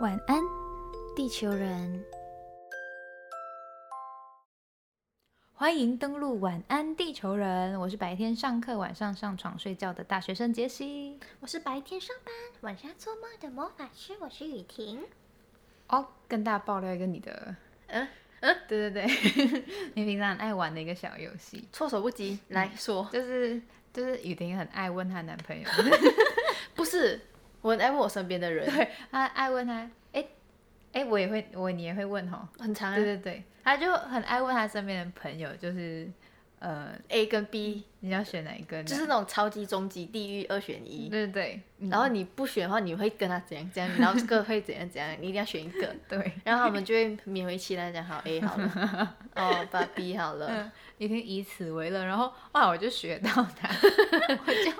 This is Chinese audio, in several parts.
晚安，地球人。欢迎登录晚安地球人，我是白天上课、晚上上床睡觉的大学生杰西。我是白天上班、晚上做梦的魔法师，我是雨婷。哦，跟大家爆料一个你的，嗯嗯，对对对， 你平常很爱玩的一个小游戏，措手不 及，来说，就是就是雨婷很爱问她男朋友，不是我很爱问我身边的人，对， 她爱问她，哎哎，我也会，我你也会问吼，很常啊对对对，她就很爱问她身边的朋友，就是呃， A 跟 B，你要选哪一个呢？就是那种超级终极地狱二选一。对对对，嗯然后你不选的话，你会跟他怎样怎样，然后这个会怎样怎样，你一定要选一 个。对，然后他们就会勉为其难地讲好 A 好 了，哦，把 B 好了，已经以此为乐，然后哇，我就学到 它，我就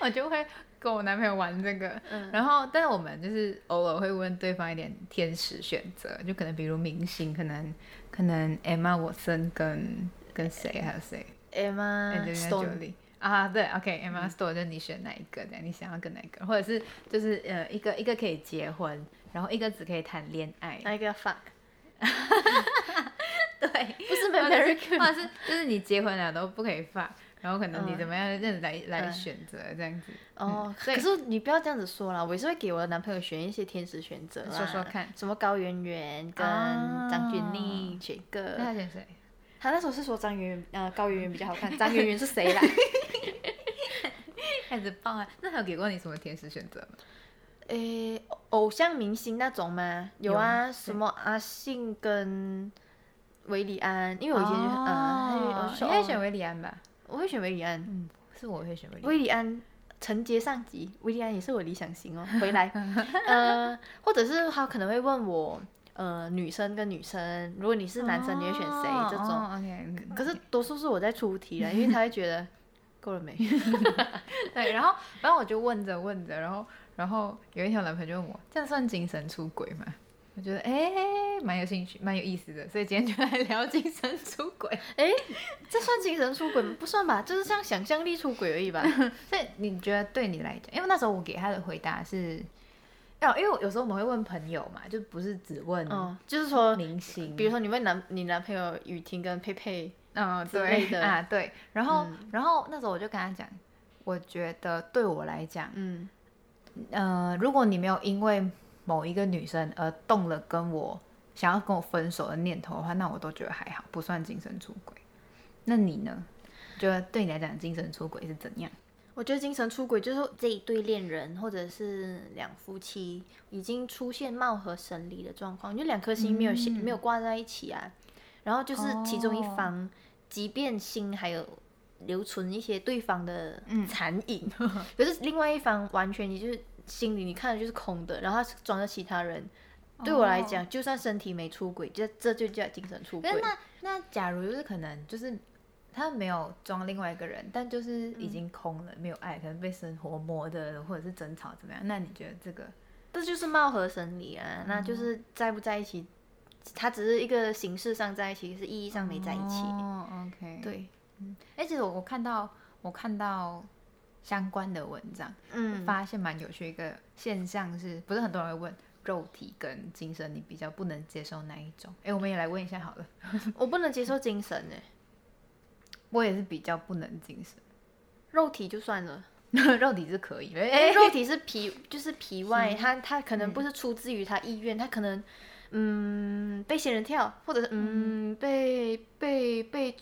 我就会跟我男朋友玩这个，嗯然后但是我们就是偶尔会问对方一点天使选择，就可能比如明星，可能可能 Emma Watson 跟跟谁还有谁 Emma Angelina Stone， Jolie。啊，对，OK，Emma、Stone，就你选哪一个？这样你想要跟哪一个？或者是就是呃，一个一个可以结婚，然后一个只可以谈恋爱， 那一个 fuck，对，不是 或者是 American，或者是就是你结婚了都不可以放，然后可能你嗯怎么样认来、来嗯选择这样子。哦，对可是你不要这样子说啦，我也是会给我的男朋友选一些天使选择啦，说说看什么高圆圆跟啊张钧甯选一那他个，选谁？他那时候是说张圆圆，呃，高圆圆比较好看，张圆圆是谁啦？开始报啊！那他有给过你什么天使选择吗？ 诶，偶像明星那种吗？有有啊，对什么阿信跟维里安，因为我以前就呃嗯，你他就会会选选，维里安吧？我会选维里安，嗯，是我会选维里安。维里安。承接上集，维里安也是我理想 型哦。回来， 呃，或者是他可能会问我，呃，女生跟女生，如果你是男生，你会选谁？哦这种，哦，OK，可是多数是我在出题了，因为他会觉得够了没？对，然后反正我就问着问着，然后然后有一天我男朋友就问我，这样算精神出轨吗？我觉得哎，蛮有兴趣，蛮有意思的，所以今天就来聊精神出轨。哎，这算精神出轨吗？不算吧，就是像想象力出轨而已吧。所以你觉得对你来讲，因为那时候我给他的回答是，哦，因为我有时候我们会问朋友嘛，就不是只问嗯，就是说，明星，比如说你问男你男朋友雨婷跟佩佩，嗯，之类对的啊，对。然后、嗯然后那时候我就跟他讲，我觉得对我来讲，嗯呃，如果你没有因为某一个女生而动了跟我想要跟我分手的念头的话，那我都觉得还好，不算精神出轨。那你呢？觉得对你来讲，精神出轨是怎样？我觉得精神出轨就是这一对恋人或者是两夫妻已经出现貌合神离的状况，就两颗心没有、嗯没有挂在一起啊，然后就是其中一哦方，即便心还有留存一些对方的嗯残 影，可是另外一方完全你就是心里你看的就是空的，然后他装着其他人。哦对我来讲，就算身体没出轨，这这就叫精神出轨可是。那那假如就是可能就是他没有装另外一个人，但就是已经空了，没有爱，可能被生活磨的，或者是争吵怎么样？那你觉得这个这就是貌合神离啊，哦那就是在不在一起，他只是一个形式上在一起，可是意义上没在一起。哦，OK，。对，哎、其实我我看到我看到相关的文章，嗯，发现蛮有趣一个现象是，不是很多人会问肉体跟精神你比较不能接受哪一种？哎、我们也来问一下好了。我不能接受精神欸呢，我也是比较不能精肉体就算了，神， 肉体是可以，哎、因为肉体是皮，就是皮嗯外，他他可能不是出自于他意愿，他可能。嗯，被仙人跳，或者是嗯，哎被被被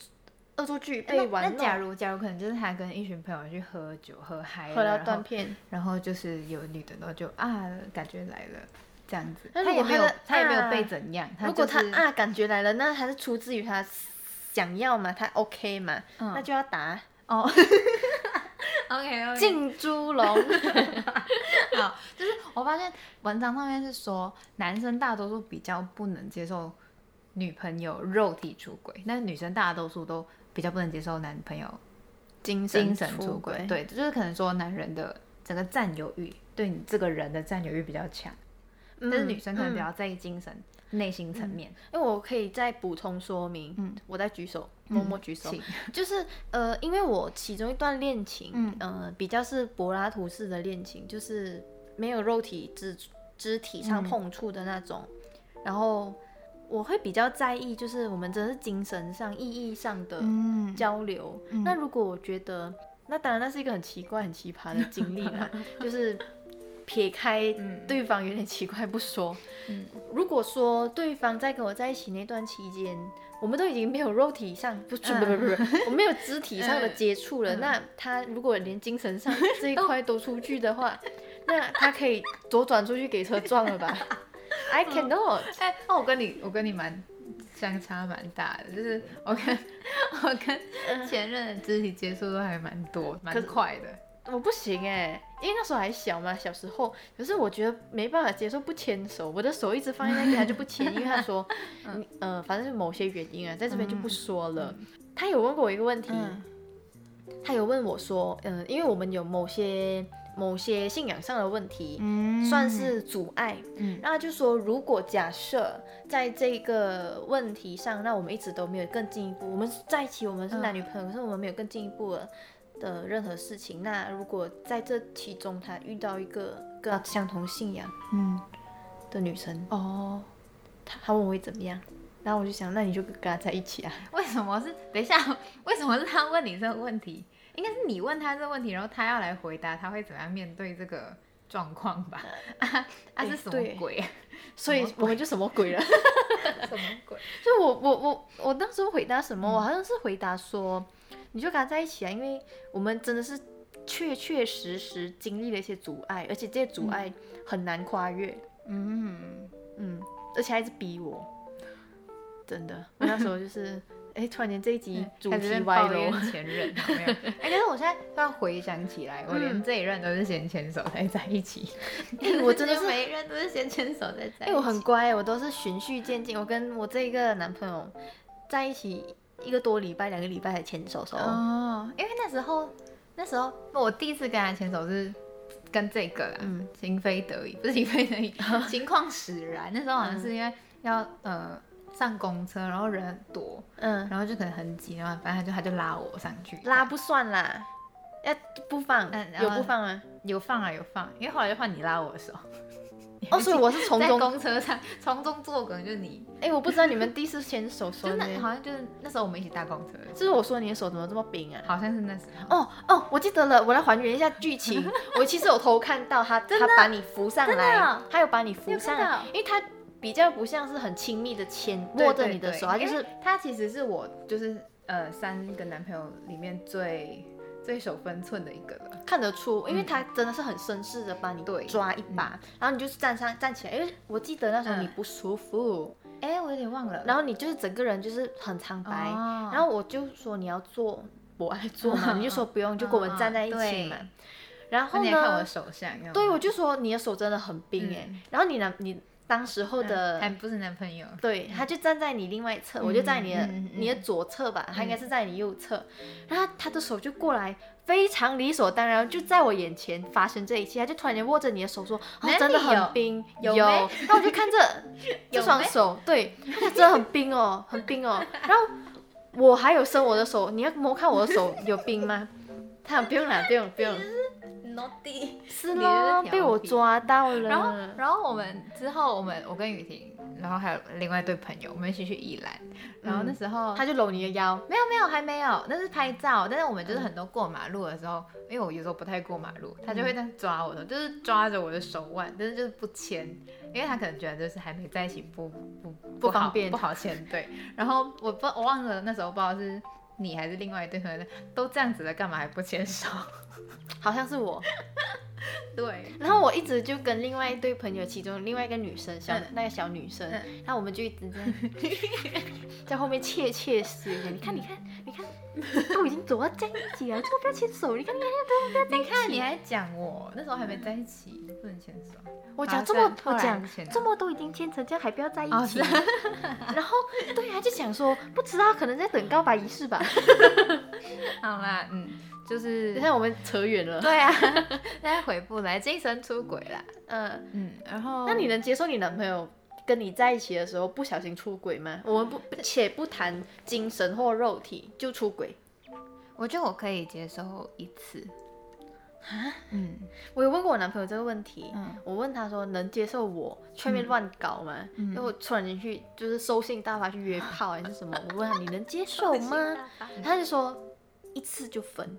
恶作剧，被玩那弄，假如假如可能就是他跟一群朋友去喝酒，喝嗨了，喝到然后断片，然后就是有女的，然后就啊，感觉来了这样子。那他如也果没有他的，他也没有啊被怎样。如果他他就是啊感觉来了，那还是出自于他想要嘛，他 OK 嘛，嗯那就要打哦，OK OK，浸猪笼。好，就是我发现文章上面是说，男生大多数比较不能接受女朋友肉体出轨，那女生大多数都比较不能接受男朋友 精精神出轨。，对，就是可能说男人的整个占有欲，对你这个人的占有欲比较强，嗯但是女生可能比嗯较在意精神、内心层面。因为我可以再补充说明，嗯我在举手，默默举手，请就是呃，因为我其中一段恋情，嗯呃，比较是柏拉图式的恋情，就是没有肉体之肢体嗯上碰触的那种，然后我会比较在意，就是我们真的是精神上、意义上的嗯，交流。那如果我觉得，那当然那是一个很奇怪、很奇葩的经历啦，就是撇开对方有点奇怪不说，嗯如果说对方在跟我在一起那段期间，我们都已经没有肉体上不是不不不不，我没有肢体上的接触了，那他如果连精神上这一块都出去的话，那他可以左转出去给车撞了吧？I cannot，哎、那我跟你，我跟你蛮相差蛮大的，就是我跟我嗯跟前任的肢体接触都还蛮多，蛮快的。我不行哎、因为那时候还小嘛，小时候，可是我觉得没办法接受不牵手，我的手一直放在那里，他就不牵，因为他说，你呃，反正是某些原因啊，在这边就不说了。他有问过我一个问题，嗯他有问我说，嗯、因为我们有某些某些信仰上的问题，嗯算是阻碍。嗯然后他就说，如果假设在这个问题上，那我们一直都没有更进一步，我们在一起，我嗯们是男女朋友，可是我们没有更进一步的的任何事情。那如果在这其中他遇到一个跟啊他相同信仰嗯的女生，哦，他他问我会怎么样，然后我就想，那你就跟他在一起啊。为什么是？等一下，为什么是他问你这个问题？应该是你问他这个问题，然后他要来回答，他会怎么样面对这个状况吧？ 啊，啊是什嗯对么 鬼啊？所以什么鬼我们就什么鬼了。什么 鬼？所以我我我我当时回答什么？嗯我好像是回答说，你就跟他在一起啊，因为我们真的是确确实实经历了一些阻碍，而且这些阻碍很难跨越，嗯，嗯，而且还是逼我，真的，我那时候就是，哎，突然间这一集主嗯开始在题歪抱了怨哦，前任，有没 有？哎、但是我现在突然回想起来，我嗯连这一任都是先牵手才在一起。哎， 我真的是。每一任都是先牵手再在一起。哎、我很乖，我都是循序渐进。我跟我这个男朋友在一起一个多礼拜、两个礼拜才牵手手。哦，因为那时候那时候我第一次跟他牵手是跟这个啦，嗯情非得已，不是情非 得已，情况使然。那时候好像是因为要、呃上公车，然后人很多，嗯，然后就可能很挤，然后反正他就他就拉我上去，拉不算啦，要不放，嗯然有后不放吗？有放啊有放，因为后来就换你拉我的手。 哦，所以我是从在中，公车上从中作梗就是你，哎、我不知道你们第四牵手手就呢， 那好像就是那时候我们一起搭公车的时候，就是我说你的手怎么这么冰啊？好像是那时候。哦哦，我记得了，我来还原一下剧情。我 其实有偷看到他，他把你扶上真的来，他哦有把你你扶有看上来到，因为他比较不像是很亲密的牵对握着对你的对手，啊他就因为是他其实是我就是呃三个男朋友里面最最守分寸的一个了。看得出，因为他真的是很绅士的把你对抓一把，然后你就是站上站起来，因为我记得那时候你嗯不舒服，哎、我有点忘了。然后你就是整个人就是很苍白，哦然后我就说你要做，我爱做嘛，你就说不用，哦就跟我们站在一起嘛嗯。然后你还看我呢的，手相，有没有对我就说你的手真的很冰哎、嗯然后你男你当时候的。还不是男朋友。对，他就站在你另外一侧，我就在你的、嗯嗯嗯嗯你的左侧吧，他应该是在你右侧，然后他的手就过来，非常理所当然就在我眼前发生这一切，他就突然间握着你的手说，哪哦里，真的有很冰，有然咩后我 就看这这有双咩手，对，他真的很冰哦，很冰哦，然后我还有伸我的手，你要摸看我的手有冰吗？他讲不用啦，不用不用， Naughty。是你咯，就是被我调皮抓到了，然后，然后我们之后，我们我跟雨婷，然后还有另外一对朋友，我们一起去宜兰。然后那时候、嗯他就搂你的腰，没有没有，还没有，那是拍照。但是我们就是很多过马路的时候，因为我有时候不太过马路，他就会这样抓我的，就是抓着我的手腕，但是就是不牵，因为他可能觉得就是还没在一起不不不好方便不好牵对。然后我不我忘了那时候不知道是你还是另外一对朋友都这样子了，干嘛还不牵 手？好像是我。对，然后我一直就跟另外一对朋友，其中另外一个女生，小、嗯那个小女生，嗯然后我们就一直在 在后面窃窃私语，你看，你看，你看，都已经走到在一起了，这个不要牵手，你看，你看，你看你还讲我那时候还没在一起，不能牵手。我讲这么突我然讲牵了这么都已经牵成这样，还不要在一哦起，然后对啊，就想说不知道，可能在等告白 仪式吧。好啦，嗯，就是等一下我们扯远了，对啊，大家回不来，精神出轨啦。嗯，嗯，然后那你能接受你男朋友？跟你在一起的时候不小心出轨吗？我们不且不谈精神或肉体，就出轨。我觉得我可以接受一次，嗯我有问过我男朋友这个问题，嗯我问他说能接受我去外面乱搞吗？因为我突然间去就是收信大发去约炮还是什么，我问他你能接受吗？他就说一次就分，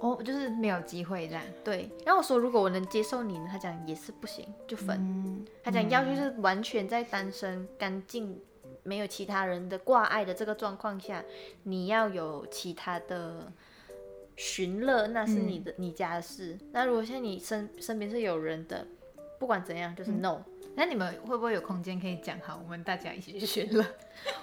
哦，就是没有机会这样。对。然后我说如果我能接受你呢，他讲也是不行，就分。嗯，他讲要就是完全在单身、干净、没有其他人的挂碍的这个状况下，你要有其他的寻乐，那是嗯你的、你家的事。那如果现在你身身边是有人的，不管怎样就是嗯 no。那你们会不会有空间可以讲好，我们大家一起去选 了？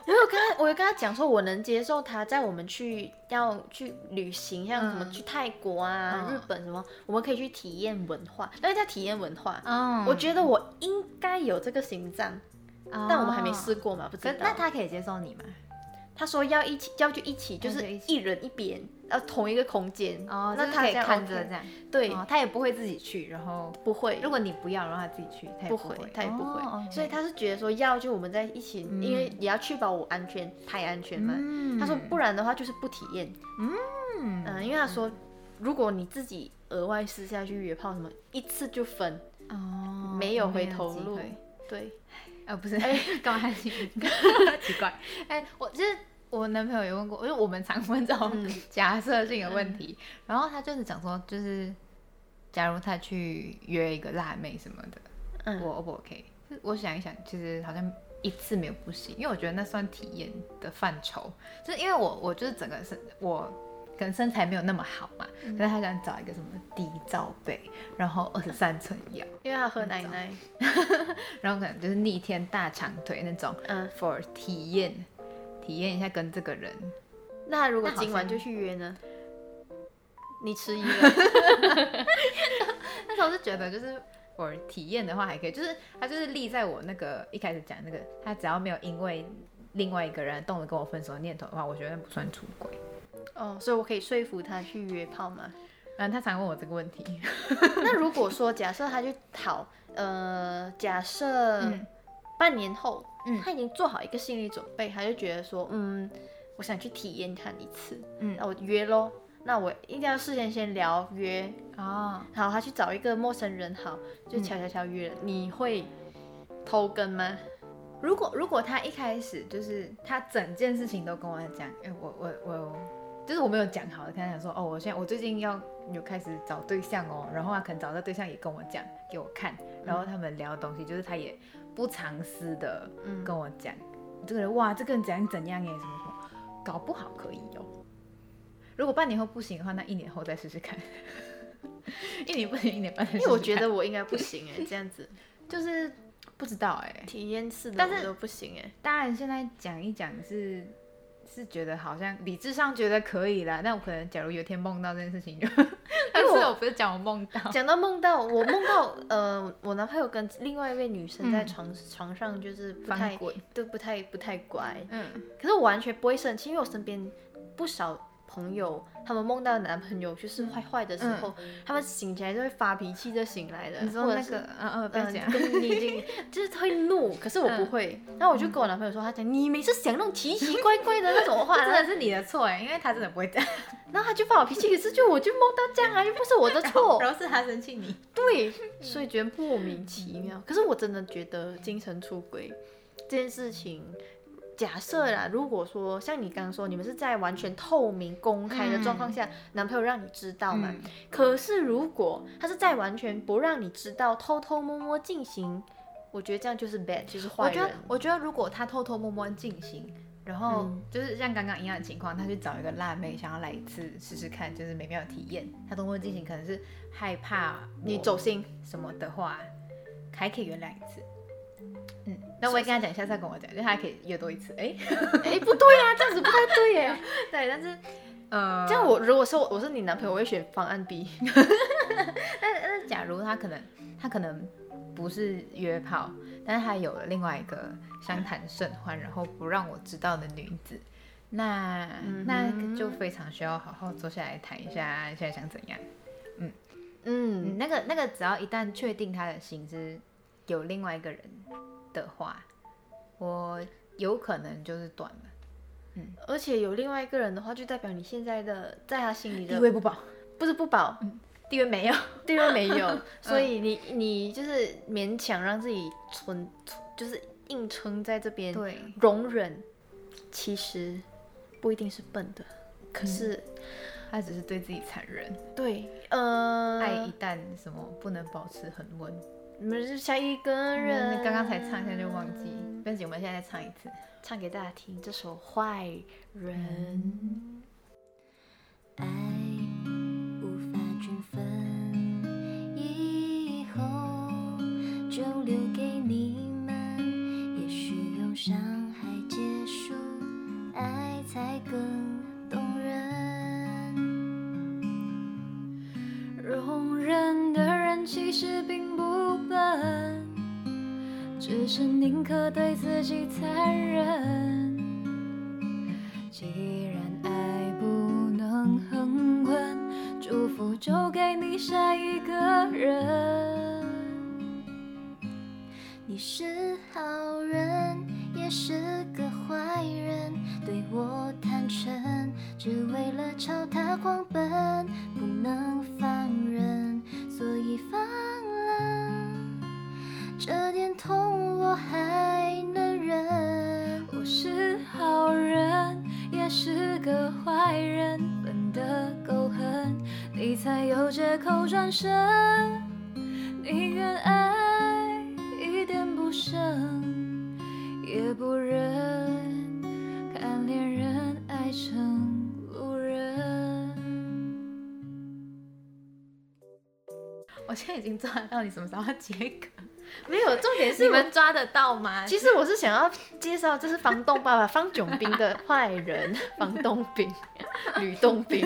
我有跟他，我有跟他讲说，我能接受他在我们去要去旅行，像什么嗯去泰国啊、嗯日本什么，我们可以去体验文化，那叫体验文化。嗯我觉得我应该有这个心脏，但我们还没试过。过嘛，不知可道是。那他可以接受你吗？他说要一起，要就一起，就要是就一起一人一边，呃，同一个空间。哦，那就是他可以这样看 OK 着这样。对，哦，他也不会自己去，然后不会，如果你不要，然后他自己去，他也不会会，，他也不会。哦，OK 所以他是觉得说要就我们在一起，嗯因为也要确保我安全，他也安全嘛。嗯他说不然的话就是不体验。嗯嗯、因为他说如果你自己额外私下去约炮什么，一次就分，哦没有回头路没有机会。对，呃，不是，哎干嘛去？ 奇怪， 哎，我就是我男朋友也问过，因为我们常问这种嗯 假设性的问题，然后他就是讲说，就是假如他去约一个辣妹什么的，嗯，我 O 不 OK？我想一想，其实好像一次没有不行，因为我觉得那算体验的范畴，就是因为我我就是整个身我。可能身材没有那么好嘛，嗯可是他想找一个什么低罩杯，然后二十三寸腰，因为他喝奶奶，然后可能就是逆天大长腿那种，嗯， for 体验，体验一下跟这个人。那他如果那好今晚像就去约呢？你迟疑了， 那时候就觉得就是 for 体验的话还可以，就是他就是立在我那个一开始讲那个，他只要没有因为另外一个人动了跟我分手的念头的话，我觉得不算出轨。哦，所以我可以说服他去约炮吗？然后他常问我这个问题， 那如果说假设他去讨，呃，假设嗯半年后，嗯他已经做好一个心理准备，他就觉得说，嗯，我想去体验看一次，嗯那我约咯，那我一定要事先先聊约，哦，好，他去找一个陌生人，好，就嗯悄悄悄约了，你会偷跟吗？如果如果他一开始就是他整件事情都跟我讲，哎、我我我，就是我没有讲好的，跟他讲说，哦，我现在我最近要有开始找对象哦，然后他可能找到对象也跟我讲，给我看，然后他们聊的东西，就是他也不藏私的嗯跟我讲，这个人哇，这个人怎样怎样耶，欸什么什么，搞不好可以哦。如果半年后不行的话，那一年后再试试看。 一年不行，一年半再试 因试为看。我觉得我应该不行 哎、这样子就是不知道哎、体验式的但是我都不行哎、当然，现在讲一讲是是觉得好像理智上觉得可以啦，但我可能假如有一天梦到这件事情就， 但是我我不是讲我梦到， 讲到梦到，我梦到呃，我男朋友跟另外一位女生在嗯床、床上就是不翻太滚，对，不太不太乖。嗯可是我完全不会生气，因为我身边不少朋友，他们梦到男朋友就是坏坏的时候，他们醒起来就会发脾气就醒来的。嗯你说那或者个，是？嗯嗯，不要嗯嗯，讲，跟你已经就是会怒，可是我不会。然后我就跟我男朋友说，他讲你每次讲那种奇奇怪怪的那种话，这 真然后的是你的错哎，因为他真的不会 这样，然后他就发我脾气，可是就我就梦到这样啊，又不是我的错。然后是他生气你，嗯对，所以觉得莫名其妙。可是我真的觉得精神出轨这件事情，假设嗯啦，如果说像你刚刚说，你们是在完全透明公开的状况下，男朋友让你知道嘛？嗯可是如果他是在完全不让你知道，偷偷摸摸进行，我觉得这样就是 bad，就是我坏觉得人。我觉得如果他偷偷摸摸进行。然后嗯就是像刚刚一样的情况，他去找一个辣妹，想要来一次试试看，就是美妙的体验。他偷摸进行可能是害怕你我走心，什么的话，还可以原谅一次。嗯，那我也跟他讲，下次再跟我讲，就是他可以约多一次。 哎、哎，不对呀、这样子不太对耶。 对，但是，呃，这样我如果是我我是你男朋友，我会选方案 B。嗯但但是假如他可能他可能不是约炮，但是他有了另外一个相谈甚欢，然后不让我知道的女子，那、嗯那就非常需要好好坐下来谈一下，现在想怎样。嗯嗯，那个那个，只要一旦确定他的心是有另外一个人的话，我有可能就是断了，而且有另外一个人的话，就代表你现在的在他心里的地位不保。不是不保，嗯地位 没有，嗯对方没有，所以你你就是勉强让自己存，就是硬撑在这边，对，容忍，其实不一定是笨的，可是、他只是对自己残忍。对，呃，爱一旦什么不能保持恒温，你们是下一个人，嗯，刚刚才唱一下就忘记，但是我们现在再唱一次。唱给大家听这首《坏人》。嗯爱无法均分，以后就留给你们。也许用伤害结束，爱才更动人。容忍的人其实并不笨，只是宁可对自己残忍。既然爱不能恒温，祝福就给你下一个人。你是好人，也是个坏人，对我坦诚，只为了朝他狂奔，不能放任，所以放了。这点痛我还能忍。我是好人，也是个坏人，分得够狠，你才有借口转身。宁愿爱一点不剩，也不忍看恋人爱成路人。我现在已经抓到你什么时候要接梗，没有，重点是你我们抓得到吗？ 其实我是想要介绍，这是房东爸爸方炯斌的 坏人，房东斌、 吕洞宾，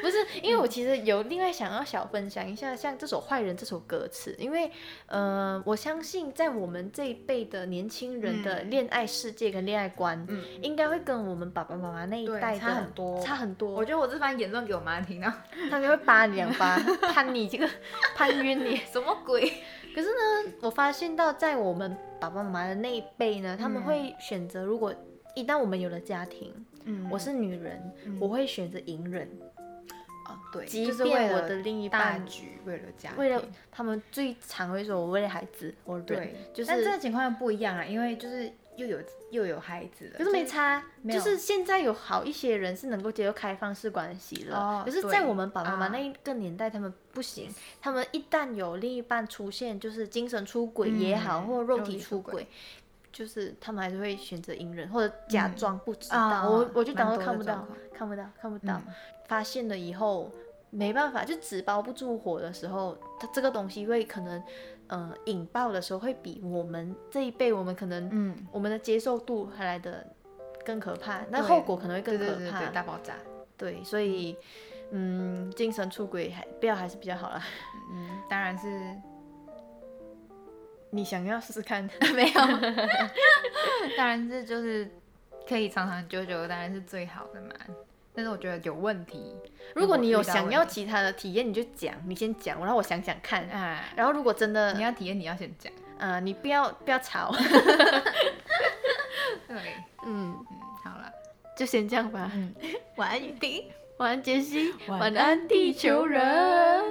不是因为我其实有另外想要小分享一下，像这首《坏人》这首歌词，因为呃，我相信在我们这一辈的年轻人的嗯恋爱世界跟恋爱观，嗯应该会跟我们爸爸妈妈那一对代的差很多差很多。我觉得我这番言论给我妈听到，他们会扒你两 巴，判你这个判晕你。什么鬼？可是呢，我发现到在我们爸爸妈妈的那一辈呢，他们嗯会选择，如果一旦我们有了家庭，嗯我是女人，嗯我会选择隐忍，哦，对，即就是为便我了的另一大半，局，为了家庭，为了他们最常会说，我为了孩子，我忍对，，就是但这个情况又不一样啊，因为就是又有又有孩子了，可是没差，没就有是现在有好一些人是能够接受开放式关系了，哦可是，对在我们爸爸妈妈啊那一个年代，他们不行，他们一旦有另一半出现，就是精神出轨也好，嗯或肉肉体体出出轨轨，就是他们还是会选择隐忍或者假装不知道，啊嗯我我就当做蛮多的看不到状况，看不到，看嗯不到，发现了以后。没办法，就纸包不住火的时候，它这个东西会可能，呃，引爆的时候会比我们这一辈，我们可能嗯，我们的接受度还来的更可怕，那对后果可能会更对对可对怕。对，大爆炸，对所以嗯，精神出轨还不要还是比较好啦。嗯，当然是你想要试试 看？没有，当然是就是可以长长久久，当然是最好的嘛。但是我觉得有问题，如果你有遇到想问要题其他的体验，你就讲，你先讲，然后我想想看。哎，然后如果真的，你要体验，你要先讲。 呃，你不要不要吵，对，嗯，嗯，好了，就先这样吧。嗯，晚安，雨婷。晚安，杰西，晚晚安，地球人。